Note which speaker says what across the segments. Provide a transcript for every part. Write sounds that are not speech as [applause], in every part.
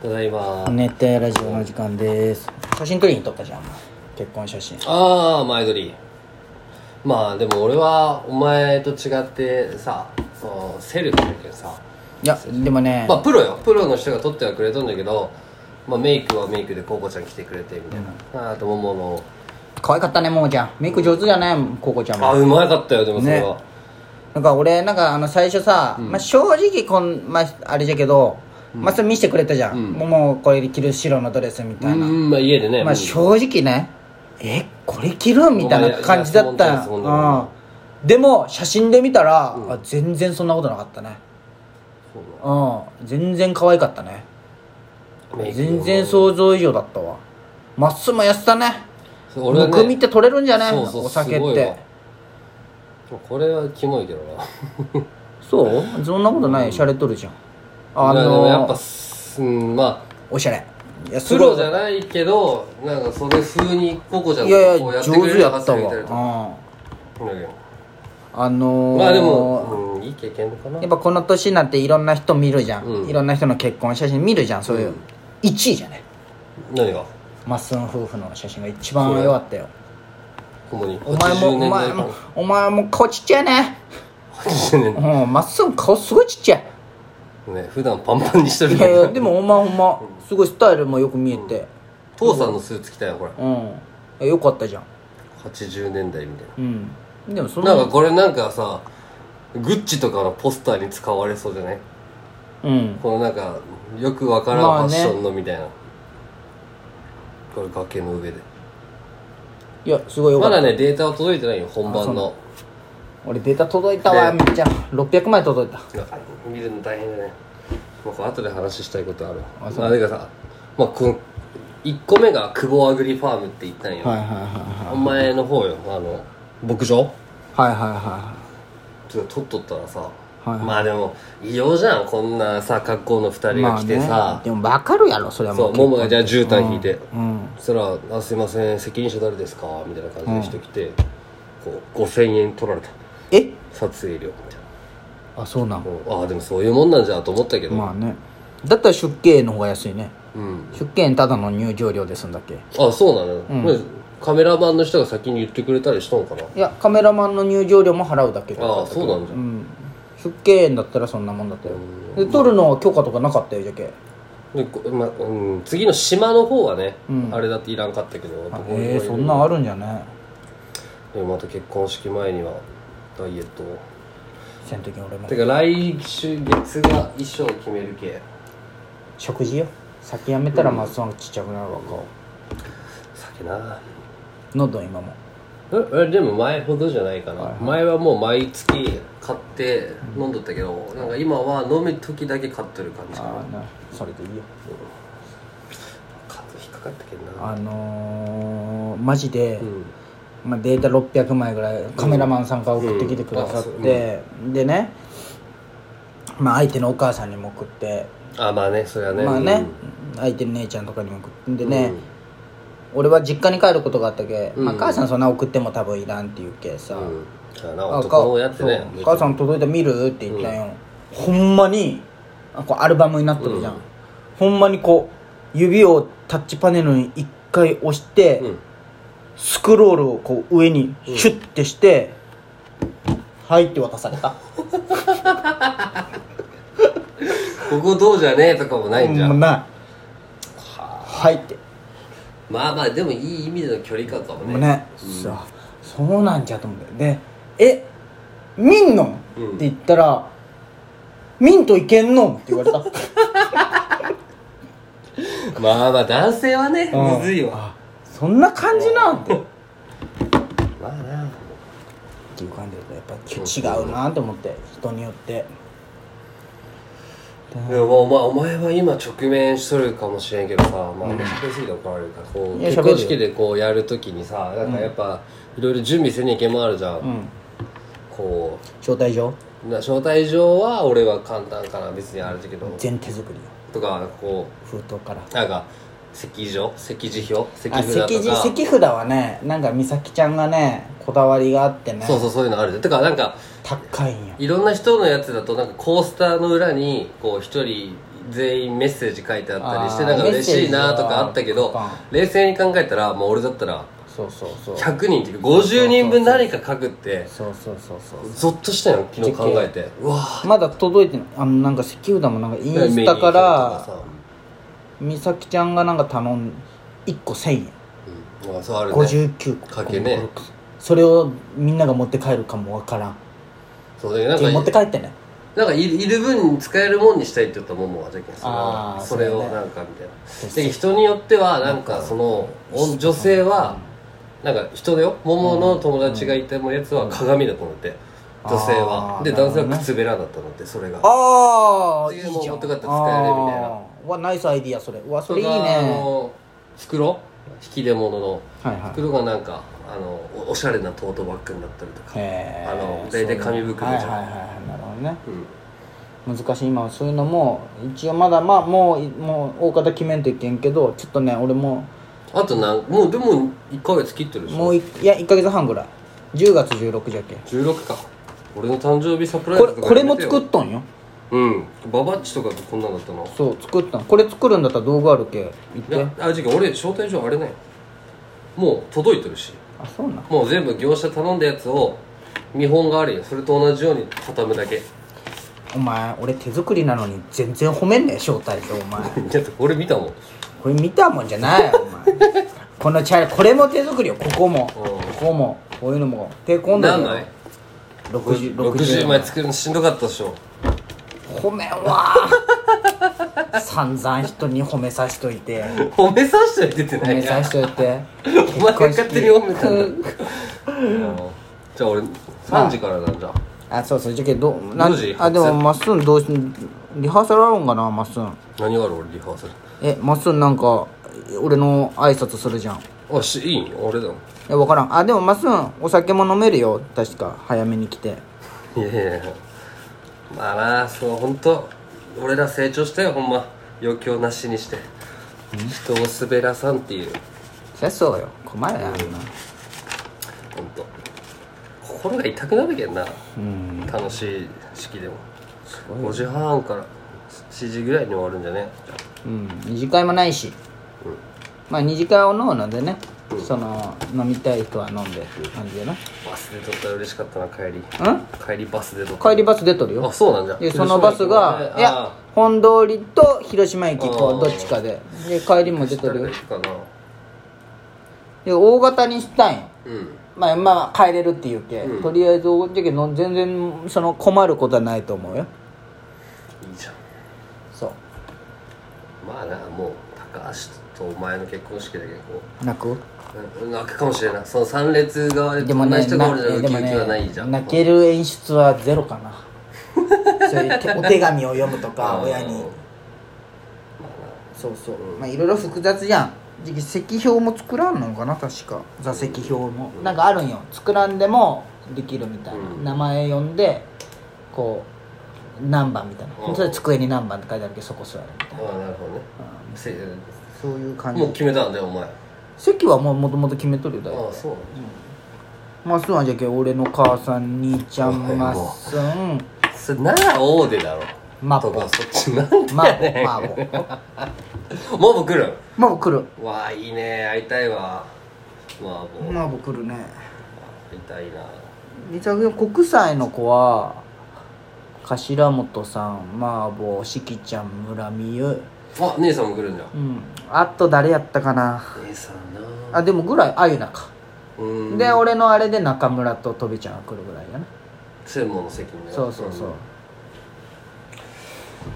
Speaker 1: ただいま
Speaker 2: 熱帯ラジオの時間です写真撮りに撮ったじゃん結婚写真
Speaker 1: ああ前撮りまあでも俺はお前と違ってさそうセルフだけどさ
Speaker 2: いやでもね、
Speaker 1: まあプロよプロの人が撮ってはくれたんだけど、まあ、メイクはメイクでココちゃん来てくれてみたいな、ああとももの
Speaker 2: 可愛かったねももちゃんメイク上手じゃないココちゃん
Speaker 1: あ
Speaker 2: も
Speaker 1: うまかったよでもそれは、
Speaker 2: なんか俺なんかあの最初さ、まあ、正直こん、まあ、あれじゃけど、まあ、それ見せてくれたじゃん、もうもうこれ着る白のドレスみたいな、
Speaker 1: うんまあ家でね、
Speaker 2: まあ正直ねえこれ着るみたいな感じだった
Speaker 1: お前いやそんなそん
Speaker 2: よ
Speaker 1: な、
Speaker 2: うん、でも写真で見たら、あ全然そんなことなかったね
Speaker 1: そう
Speaker 2: うん全然可愛かったね
Speaker 1: メイク
Speaker 2: 全然想像以上だったわまっすぐもやってたね
Speaker 1: そう
Speaker 2: むくみって取れるんじゃない
Speaker 1: そうそう
Speaker 2: お酒
Speaker 1: すご
Speaker 2: っ
Speaker 1: いわ
Speaker 2: て
Speaker 1: これはキモいけどな
Speaker 2: そうそんなことない洒落とるじゃん
Speaker 1: [laughs]
Speaker 2: あ
Speaker 1: いやでもやっ
Speaker 2: の
Speaker 1: ぱすうんまあ
Speaker 2: おしゃれいやす
Speaker 1: プ
Speaker 2: ご
Speaker 1: ロ
Speaker 2: い
Speaker 1: じゃないけどなんかそれ風にココちゃん
Speaker 2: い
Speaker 1: と
Speaker 2: やい
Speaker 1: こう
Speaker 2: や
Speaker 1: やってく
Speaker 2: 上
Speaker 1: れ
Speaker 2: 手
Speaker 1: る
Speaker 2: や
Speaker 1: は
Speaker 2: っ
Speaker 1: ず
Speaker 2: た
Speaker 1: みたいなとこ
Speaker 2: わ
Speaker 1: だけど
Speaker 2: うんあのー
Speaker 1: まあでも、うん、いい経験かな
Speaker 2: やっぱこの年になっていろんな人見るじゃん、
Speaker 1: うん
Speaker 2: いろんな人の結婚写真見るじゃんそういう、一1位じゃね
Speaker 1: 何が
Speaker 2: マッスン夫婦の写真が一番良かったよ
Speaker 1: 共に
Speaker 2: お前もお
Speaker 1: 80年代
Speaker 2: 前
Speaker 1: かな
Speaker 2: もお前も顔ちっちゃいね
Speaker 1: 80年
Speaker 2: うんまっすぐ顔すごいちっちゃい
Speaker 1: 代ね普段パンパンにしてる
Speaker 2: い
Speaker 1: け
Speaker 2: やい
Speaker 1: ど
Speaker 2: やでもほんまほんますごいスタイルもよく見えて
Speaker 1: 父さんのスーツ着たよこれ
Speaker 2: うん、えよかったじゃん
Speaker 1: 80年代みたい
Speaker 2: うんでもそ
Speaker 1: ななん
Speaker 2: の
Speaker 1: かこれなんかさグッチとかのポスターに使われそうじゃない
Speaker 2: うん
Speaker 1: このなんかよくわからんフ
Speaker 2: まあ
Speaker 1: ァッ
Speaker 2: ね
Speaker 1: ションのみたいな、これ崖の上で
Speaker 2: いやすごいよか
Speaker 1: ま
Speaker 2: った、
Speaker 1: だねデータは届いてないよ本番の
Speaker 2: 俺データ届いたわめ
Speaker 1: ね
Speaker 2: っちゃ600枚届いた
Speaker 1: なんか見るの大変だね、まあ、これ後で話したいことあるあまあだからさ、まあ、この1個目が久保アグリファームって言ったんよ、
Speaker 2: はいはいは
Speaker 1: お前の方よあの牧場
Speaker 2: いはいはいはいは
Speaker 1: ちょっと撮っとったらさ、
Speaker 2: はい
Speaker 1: まあでも異様じゃんこんなさ格好の2人が来てさ、
Speaker 2: でも分かるやろそれはも
Speaker 1: そううももがじゃあ絨毯引いて、
Speaker 2: うん
Speaker 1: そしたらあ「すいません責任者誰ですか?」みたいな感じの人来て、こう5000円取られた
Speaker 2: え
Speaker 1: 撮影料みたい
Speaker 2: あそうなの
Speaker 1: なもうああでもそういうもんなんじゃと思ったけど、
Speaker 2: まあねだったら出勤の方が安いね
Speaker 1: うん
Speaker 2: 出勤ただの入場料で済んだっけ
Speaker 1: あそうなの、カメラマンの人が先に言ってくれたりしたのかない
Speaker 2: やカメラマンの入場料も払うだけだ
Speaker 1: ああそうなんじゃ、
Speaker 2: うん出勤園だったらそんなもんだったよで撮るのは許可とかなかったよじゃけ
Speaker 1: でこまうん、次の島の方はね、あれだっていらんかったけど男の
Speaker 2: ええ
Speaker 1: 子
Speaker 2: そんなんあるんじゃね
Speaker 1: でもまた結婚式前にはダイエットを
Speaker 2: せんとき俺も
Speaker 1: てか来週月が衣装決めるけ
Speaker 2: 食事よ先やめたらマスワンちっちゃくなるわ顔
Speaker 1: 酒な
Speaker 2: 喉今も
Speaker 1: ええでも前ほどじゃないかな、前はもう毎月買って飲んどったけど、なんか今は飲む時だけ買ってる感じ
Speaker 2: ああなそれでいいよ
Speaker 1: 風邪引っかかったけどな
Speaker 2: あのー、マジで、
Speaker 1: うん
Speaker 2: まあ、データ600枚ぐらいカメラマンさんが送ってきてくださって、でね、まあ、相手のお母さんにも送って、
Speaker 1: あまあねそれはね
Speaker 2: まあ
Speaker 1: う
Speaker 2: ね
Speaker 1: ん、
Speaker 2: 相手の姉ちゃんとかにも送ってんでね、
Speaker 1: うん
Speaker 2: 俺は実家に帰ることがあったけ、まあ、
Speaker 1: うん
Speaker 2: 母さんそんな送っても多分いらんって言うけさ、
Speaker 1: うんそうやな
Speaker 2: あ
Speaker 1: 男のやってね
Speaker 2: そうお母さん届いた見るって言ったんよ、ほんまにあこうアルバムになってるじゃん、
Speaker 1: うん
Speaker 2: ほんまにこう指をタッチパネルに一回押して、
Speaker 1: うん
Speaker 2: スクロールをこう上にシュッてして「はい」って渡された
Speaker 1: ここどうじゃねえとかもないんじゃん、
Speaker 2: もうない
Speaker 1: はあ
Speaker 2: はいって
Speaker 1: まあまあでもいい意味での距離感かも
Speaker 2: も
Speaker 1: ね
Speaker 2: うね、そうそうなんじゃと思ってで「え見んの?」
Speaker 1: うん
Speaker 2: って言ったら「ミントいけんの?」って言われた
Speaker 1: [laughs] まあまあ男性はね
Speaker 2: うん
Speaker 1: むずいわ
Speaker 2: そんな感じなんてっ
Speaker 1: まあな
Speaker 2: ていう感じでやっぱ違うなって思って人によって
Speaker 1: でもまあお前は今直面しとるかもしれんけどさまあ喋りすぎて怒られるからこう
Speaker 2: いや
Speaker 1: 結婚式でこうやるときにさなんかやっぱいろいろ準備せにゃいけんもあるじゃん、
Speaker 2: うん
Speaker 1: こ
Speaker 2: 招待状
Speaker 1: うな招待状は俺は簡単かな別にあれだけど
Speaker 2: 全手作りよ
Speaker 1: とかこ
Speaker 2: 封筒から
Speaker 1: うなんか席状席次表席
Speaker 2: あ
Speaker 1: 札とか
Speaker 2: 席次席札はねなんか美咲ちゃんがねこだわりがあってね
Speaker 1: そうそうそういうのあるじゃんてかなんか
Speaker 2: 高いんよ
Speaker 1: いろんな人のやつだとなんかコースターの裏にこう一人全員メッセージ書いてあったりして
Speaker 2: あー
Speaker 1: なんか嬉しいなとかあったけ
Speaker 2: メッセ
Speaker 1: ど
Speaker 2: ージは
Speaker 1: 冷静に考えたらもう俺だったら
Speaker 2: そうそうそうそう
Speaker 1: 100人っていうか50人分何か書くって
Speaker 2: そうそうそう
Speaker 1: ゾッとしたよ昨日考えてうわー
Speaker 2: まだ届いてないあのなんか石油だもんなんかインスタから美咲ちゃんがなんか頼ん1個1000円
Speaker 1: うんあそうあるね
Speaker 2: 59個
Speaker 1: かけね
Speaker 2: それをみんなが持って帰るかもわからん
Speaker 1: そうだよなん
Speaker 2: 持って
Speaker 1: か
Speaker 2: 帰ってね
Speaker 1: なんかいいる分使えるもんにしたいって言ったもんもあったけどそれ
Speaker 2: あ
Speaker 1: は
Speaker 2: ー
Speaker 1: それを
Speaker 2: そうだね
Speaker 1: なんかみたいなで人によってはなんかそのお女性はなんか人だよ桃の友達がいてもやつは鏡だと思って女性
Speaker 2: あ
Speaker 1: は
Speaker 2: ー
Speaker 1: で
Speaker 2: なるほ
Speaker 1: 男性
Speaker 2: どね
Speaker 1: は靴べらだったのってそれが
Speaker 2: ああいい
Speaker 1: 次
Speaker 2: じゃ
Speaker 1: も
Speaker 2: ん
Speaker 1: 持って帰って使えるみたいな
Speaker 2: あーわナイスアイディアそれうわそ
Speaker 1: そ
Speaker 2: れ
Speaker 1: れ
Speaker 2: いい
Speaker 1: が
Speaker 2: ね
Speaker 1: あの袋引き出物の
Speaker 2: はいはい
Speaker 1: 袋がなんかあのおおしゃれなトートバッグになったりとか
Speaker 2: へー
Speaker 1: あの大体紙袋じゃん
Speaker 2: そうねはいはいはいなるほどね
Speaker 1: うん
Speaker 2: 難しい今はそういうのも一応まだまあもういもう大方決めんといけんけどちょっとね俺も
Speaker 1: あとなんもうでも1ヶ月切ってるでしょ
Speaker 2: もういいや1か月半ぐらい10月16じゃけ
Speaker 1: 16か俺の誕生日サプライ
Speaker 2: こ
Speaker 1: ズ
Speaker 2: れ
Speaker 1: とか
Speaker 2: これも
Speaker 1: やめてよ
Speaker 2: 作っとんよ
Speaker 1: うんババッチとかとこんなんだったの
Speaker 2: そう作ったんこれ作るんだったら道具あるけ
Speaker 1: い
Speaker 2: 言っ
Speaker 1: や
Speaker 2: て
Speaker 1: あじゃあ俺招待状あれねもう届いてるし
Speaker 2: あそうなん
Speaker 1: もう全部業者頼んだやつを見本があるよそれと同じように畳むだけ [laughs]
Speaker 2: お前俺手作りなのに全然褒めんねえ招待状お前
Speaker 1: だって俺見たもん
Speaker 2: これ見たもんじゃないよお
Speaker 1: [laughs]
Speaker 2: 前このチャレこれも手作りよここも
Speaker 1: うん
Speaker 2: ここもこういうのも手込んだ
Speaker 1: 何
Speaker 2: の
Speaker 1: 枚
Speaker 2: 60,
Speaker 1: 60枚作るのしんどかったでしょ
Speaker 2: 褒めんわ散々人に褒めさしといて
Speaker 1: 褒めさせて出て
Speaker 2: 褒
Speaker 1: な
Speaker 2: め
Speaker 1: いか
Speaker 2: さ
Speaker 1: ら
Speaker 2: しといて
Speaker 1: お前が勝手に読めたんだ [laughs] うんじゃあ俺3時からなんじゃ
Speaker 2: あそうそうじゃけどなん
Speaker 1: どうし
Speaker 2: あでもまっすんどうしリハーサルあるんかなまっすん
Speaker 1: 何がある俺リハーサル
Speaker 2: えまっすんなんか俺の挨拶するじゃん
Speaker 1: あしいいん俺だもん
Speaker 2: え分からんあでもまっすんお酒も飲めるよ確か早めに来て
Speaker 1: いやいやいやまあなそう本当俺ら成長したよほんま余興なしにして人を滑らさんっていう
Speaker 2: そりゃそうよ困るよあんな
Speaker 1: 本当心が痛くなるけんな
Speaker 2: うん
Speaker 1: 楽しい式でも
Speaker 2: ご
Speaker 1: 5時半から7時ぐらいに終わるんじゃね
Speaker 2: うん二次会もないし、まあ二次会を飲むのでね、その飲みたい人は飲んでっていう感じでね
Speaker 1: バスで撮ったら嬉しかったな帰り
Speaker 2: うん
Speaker 1: 帰りバスで撮った
Speaker 2: 帰りバス出とる
Speaker 1: あ
Speaker 2: よ
Speaker 1: そうなんじゃ
Speaker 2: でそのバスが
Speaker 1: あ
Speaker 2: いや本通りと広島駅こ
Speaker 1: あー
Speaker 2: うどっちかでで帰りも出と
Speaker 1: 誰
Speaker 2: る
Speaker 1: が
Speaker 2: よ
Speaker 1: 行くかな
Speaker 2: で大型にしたんよ
Speaker 1: うん
Speaker 2: まあまあ帰れるっていうけ、
Speaker 1: うん
Speaker 2: とりあえず大じゃけど全然その困ることはないと思うよ
Speaker 1: いいじゃん
Speaker 2: そ
Speaker 1: まあなもう高橋とお前の結婚式だけどこう
Speaker 2: う泣く
Speaker 1: うん泣くかもしれないその三列側で
Speaker 2: で
Speaker 1: こ
Speaker 2: も
Speaker 1: んな
Speaker 2: ね
Speaker 1: 人がおるじゃ
Speaker 2: な
Speaker 1: ウ
Speaker 2: で
Speaker 1: キ
Speaker 2: も
Speaker 1: ウキはないじゃ
Speaker 2: ね
Speaker 1: ん、
Speaker 2: 泣ける演出はゼロか
Speaker 1: [laughs]
Speaker 2: なそういう手お手紙を読むとか
Speaker 1: うん
Speaker 2: 親にそうそうまあいろいろ複雑じゃんじ席表も作らんのかな確か座席表もなんかあるんよ作らんでもできるみたいな、
Speaker 1: うん
Speaker 2: 名前呼んでこう何番みたいな、
Speaker 1: うん
Speaker 2: それ机に何番って書いてあるけどそこ座るみたいな、
Speaker 1: ああなるほどねせ
Speaker 2: そういう感
Speaker 1: もう
Speaker 2: じ
Speaker 1: 決めたんだよお前あ
Speaker 2: 席はもうもともと決めとるよだい
Speaker 1: あそう
Speaker 2: まっすんはじゃけ俺の母さん兄ちゃんまっすん
Speaker 1: それなら大手だろ
Speaker 2: マ
Speaker 1: と
Speaker 2: ポ
Speaker 1: かそっちなん
Speaker 2: マ
Speaker 1: だ
Speaker 2: ボ
Speaker 1: ね
Speaker 2: マボ
Speaker 1: マボ来る
Speaker 2: マボ来る
Speaker 1: わあいいね会いたいわマボ会
Speaker 2: マボ来るね
Speaker 1: いたいな
Speaker 2: 三沢君国際の子は頭本さんマーボーしきちゃん村美優
Speaker 1: あ姉さんも来るんじゃん
Speaker 2: うんあと誰やったかな
Speaker 1: 姉さんな
Speaker 2: あでもぐらいあゆなか、
Speaker 1: うん
Speaker 2: で俺のあれで中村ととびちゃんが来るぐらいやな
Speaker 1: 専門の責任だよ
Speaker 2: そうそうそう、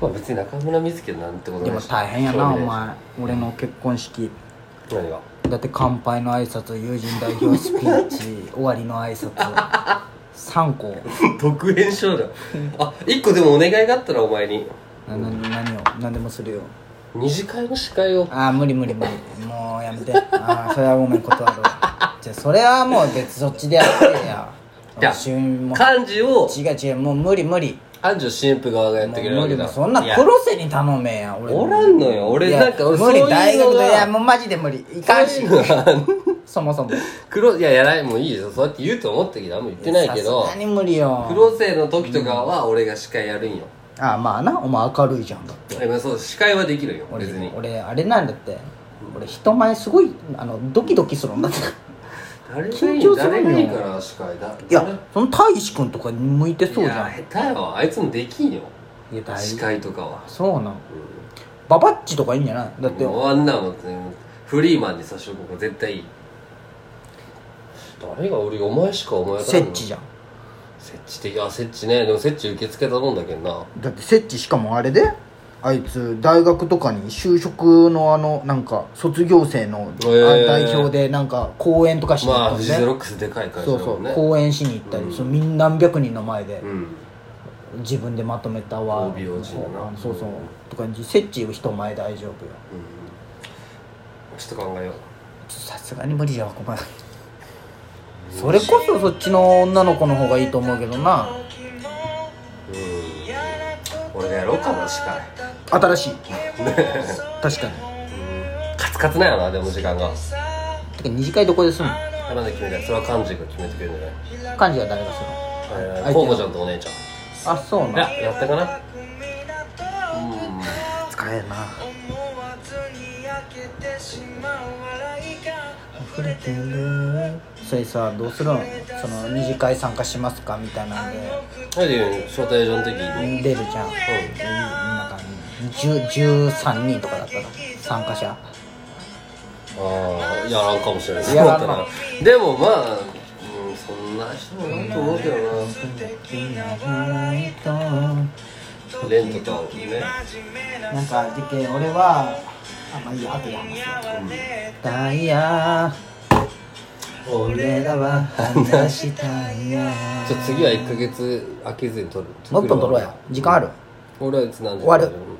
Speaker 1: まあ別に中村瑞稀なんてこと
Speaker 2: で
Speaker 1: な
Speaker 2: も
Speaker 1: いし
Speaker 2: 大変やなお
Speaker 1: 興味い
Speaker 2: 前俺の結婚式
Speaker 1: し何が
Speaker 2: だって乾杯の挨拶友人代表スピーチ終わりの挨拶3個
Speaker 1: 独演症だあ一個でもお願いがあったらお前に
Speaker 2: なな何を何でもするよ
Speaker 1: 二次会の司会を
Speaker 2: ああ無理無理無理もうやめてああそれはごめん断るわじゃあそれはもう別そっちでやってや
Speaker 1: いや
Speaker 2: 主任も
Speaker 1: 幹事を
Speaker 2: 違う違うもう無理無理
Speaker 1: 安城新婦側がやっ
Speaker 2: も
Speaker 1: て
Speaker 2: う
Speaker 1: くれるわ
Speaker 2: 無
Speaker 1: け
Speaker 2: 理
Speaker 1: だ
Speaker 2: もうそんな
Speaker 1: や
Speaker 2: 黒瀬に頼めや俺
Speaker 1: おらんのよ俺
Speaker 2: いや
Speaker 1: なんか俺
Speaker 2: 無理
Speaker 1: そういうのが
Speaker 2: 大学でいやもうマジで無理いかんし
Speaker 1: そういうのが
Speaker 2: そもそも
Speaker 1: 黒いややらないもういいよそうやって言うと思ったけどあんま言ってないけど
Speaker 2: さすがに無理よ
Speaker 1: 黒瀬の時とかは俺が司会やるんよ
Speaker 2: ああまあなお前明るいじゃんだって
Speaker 1: でもそう司会はできるよ
Speaker 2: 俺
Speaker 1: 別に
Speaker 2: 俺あれなんだって俺人前すごいあのドキドキするんだって
Speaker 1: 誰がいい
Speaker 2: 緊張するよ
Speaker 1: 誰がいいから司会だ
Speaker 2: いやその大志くんとかに向いてそうじゃん
Speaker 1: いや下手よあいつもできんよ
Speaker 2: いや大
Speaker 1: 司会とかは
Speaker 2: そうなんババッチとかいいんじゃないだって
Speaker 1: もうあんなもんねもうフリーマンに差し置く方が絶対いい誰が俺お前しかお前
Speaker 2: セッチじ
Speaker 1: ゃん
Speaker 2: ゃん
Speaker 1: 設置的あ設置ねでも設置受け付けたもんだけどな
Speaker 2: だってセッチしかもあれであいつ大学とかに就職のあのなんか卒業生のあ
Speaker 1: へー
Speaker 2: 代表でなんか講演とかしに
Speaker 1: まあ
Speaker 2: 行った
Speaker 1: フ
Speaker 2: ん
Speaker 1: ジゼ
Speaker 2: で、
Speaker 1: ロックスでかい会社
Speaker 2: そう
Speaker 1: だ
Speaker 2: そ
Speaker 1: もん
Speaker 2: う、
Speaker 1: ね
Speaker 2: 講演しに行ったり、
Speaker 1: うん
Speaker 2: そのみんな何百人の前で
Speaker 1: うん
Speaker 2: 自分でまとめたわ
Speaker 1: OB を自分な
Speaker 2: そうそうとかセッチを人前大丈夫よ
Speaker 1: ちょっと考えよう
Speaker 2: ちょっとさすがに無理じゃわお前それこそそっちの女の子の方がいいと思うけどな
Speaker 1: うん俺がやろうかな司会
Speaker 2: 新しい確かに
Speaker 1: カツカツなんやなでも時間が
Speaker 2: てか二次会どこですんの
Speaker 1: なんで決めたいそれは幹事が決めてくれるんじ
Speaker 2: 幹事は誰がするの
Speaker 1: ゃない
Speaker 2: あ
Speaker 1: えー河野ちゃんとお姉ちゃん
Speaker 2: あそうなん
Speaker 1: いややったかなうん
Speaker 2: 使えるなそれさどうするのその二次会参加しますかみたいなんで
Speaker 1: それで招待状の時に
Speaker 2: 出るじゃん、なんか10 13人とかだったら参加者
Speaker 1: ああやらんかもしれないそう
Speaker 2: やらん
Speaker 1: だ
Speaker 2: な
Speaker 1: ったら [laughs] でもまあうんそんな人もいると思うけどなレンとかをね
Speaker 2: なんかでけ俺はあまあいいや後で話すわダイヤ俺らは話したいや
Speaker 1: じゃあ次は1ヶ月空けずに撮る
Speaker 2: もっと撮ろうや時間ある
Speaker 1: 俺はいつ何時
Speaker 2: 終わる
Speaker 1: うん